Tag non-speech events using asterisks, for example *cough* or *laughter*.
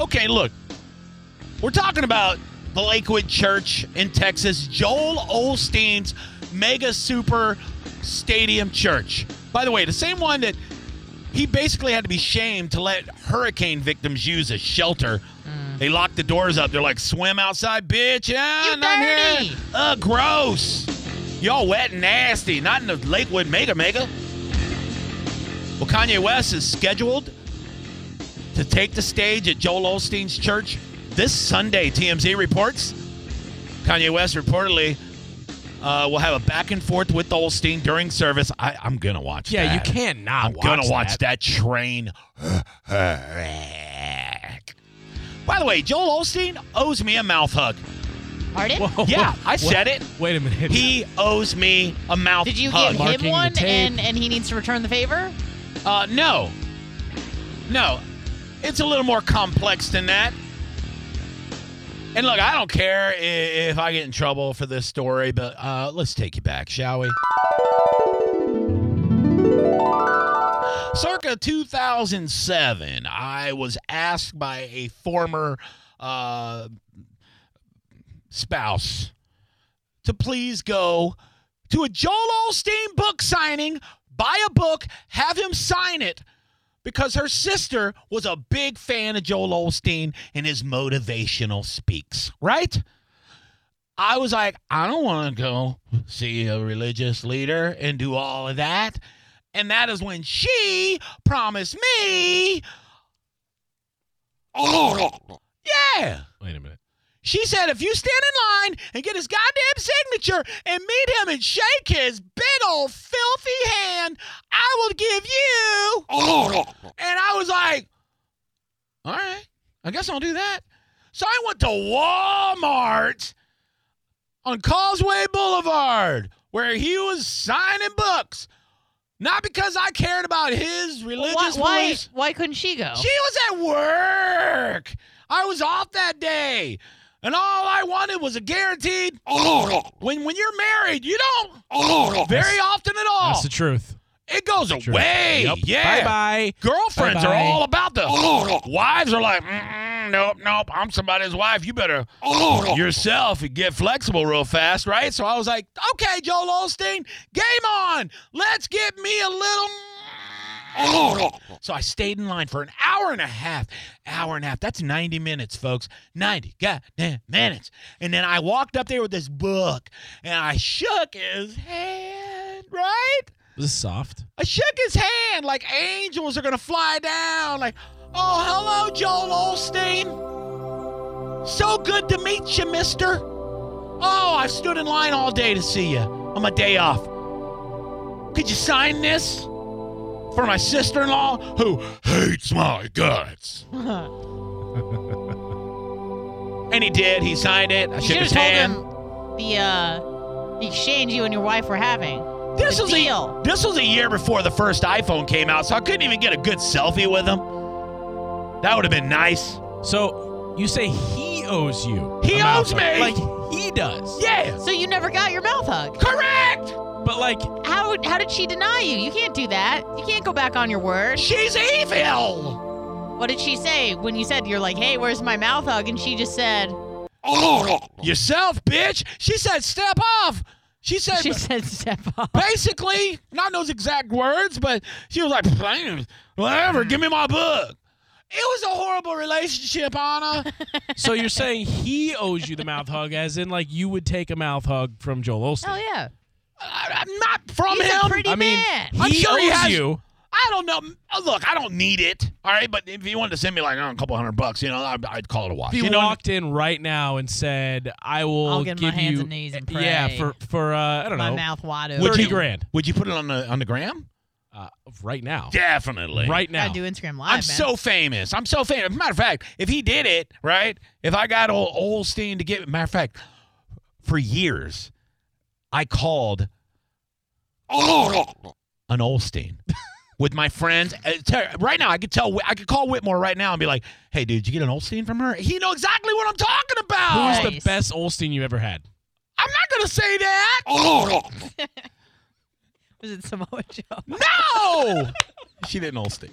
Okay, look. We're talking about the Lakewood Church in Texas, Joel Olstein's mega super stadium church. By the way, the same one that he basically had to be shamed to let hurricane victims use as shelter. They locked the doors up. They're like, swim outside, bitch. Yeah, Mm. You not dirty. here. Uh, gross. Y'all wet and nasty. Not in the Lakewood Mega Mega. Well, Kanye West is scheduled to take the stage at Joel Olstein's church this Sunday. TMZ reports Kanye West reportedly uh, will have a back and forth with Olstein during service. I, I'm gonna watch. Yeah, you that. can't not I'm watch gonna watch that. that, train. wreck. By the way, Joel Olstein owes me a mouth hug. Pardon? Whoa, Yeah, I whoa. said it. Wait a minute. He owes me a mouth Did you hug. give Marking the him one tape. and, and he needs to return the favor? Uh, no. No. It's a little more complex than that. And look, I don't care i- if I get in trouble for this story, but uh, let's take you back, shall we? Circa 2007, I was asked by a former uh, spouse to please go to a Joel Olstein book signing, buy a book, have him sign it, because her sister was a big fan of Joel Olstein and his motivational speaks, right? I was like, I don't want to go see a religious leader and do all of that. And that is when she promised me. Yeah. Wait a minute. She said, if you stand in line and get his goddamn signature and meet him and shake his big old filthy hand, I will give you. And I was like, all right, I guess I'll do that. So I went to Walmart on Causeway Boulevard where he was signing books. Not because I cared about his Why, religious why, beliefs. why couldn't she go? Oh. *laughs* She was at work. I was off that day. And all I wanted was a guaranteed. When when you're married, you don't very often at all. That's the truth. It goes True. away. Yep. Yeah. Bye bye. Girlfriends are Bye-bye. all about the. Wives are like, "Mm-mm, nope, nope. I'm somebody's wife. You better yourself and get flexible real fast, right? So I was like, okay, Joel Olstein, game on. Let's get me a little. So I stayed in line for an hour and a half. Hour and a half. That's 90 minutes, folks. 90 goddamn minutes. And then I walked up there with this book and I shook his hand, right? Was this soft? I shook his hand like angels are gonna fly down. Like, oh, hello, Joel Olstein. So good to meet you, mister. Oh, I've stood in line all day to see you on my day off. Could you sign this for my sister in law who hates my guts? and he did. He signed it. I you shook should have his told hand. him the, uh, the exchange you and your wife were having. This The was deal. a this was a year before the first iPhone came out, so I couldn't even get a good selfie with him. That would have been nice. So you say he owes you. He a mouth owes hug. me. Like he does. Yeah, So you never got your mouth hug. correct. But like How how did she deny you? You can't do that. You can't go back on your word. She's evil. What did she say when you said you're like, "Hey, where's my mouth hug?" and she just said Yourself, bitch. She said, "Step off." She said, she said step up. basically, not those exact words, but she was like, "Fine, "Whatever, give me my book." It was a horrible relationship, Anna. so you're saying he owes you the mouth hug as in like you would take a mouth hug from Joel Olstein. Hell Oh, yeah. I, I'm not from He's him. a pretty I mean, man. I'm he sure owes he has- you. I don't know. Oh, Look, I don't need it. All right, but if you wanted to send me like I don't know, a couple hundred bucks, you know, I'd, I'd call it a wash. If he you know, walked in right now and said, "I will I'll get on give my hands you," and knees and yeah, pray. for for uh, I don't my know, mouth wide Would open. thirty you- grand. would you put it on the on the gram? Uh, uh, right now. Definitely. Right now. Gotta do Instagram Live, I'm man. so famous. I'm so famous. Matter of fact, if he did it, right? If I got old Olstein to get, matter of fact, for years, I called an Olstein *laughs* with my friends. Uh, te- Right now, I could tell. Whit- I could call Whitmore right now and be like, "Hey, dude, you get an Olstein from her? He know exactly what I'm talking Who about." was Nice. the best Olstein you ever had? I'm not gonna say *laughs* that. Was it Samoa Joe? no, she didn't Olstein.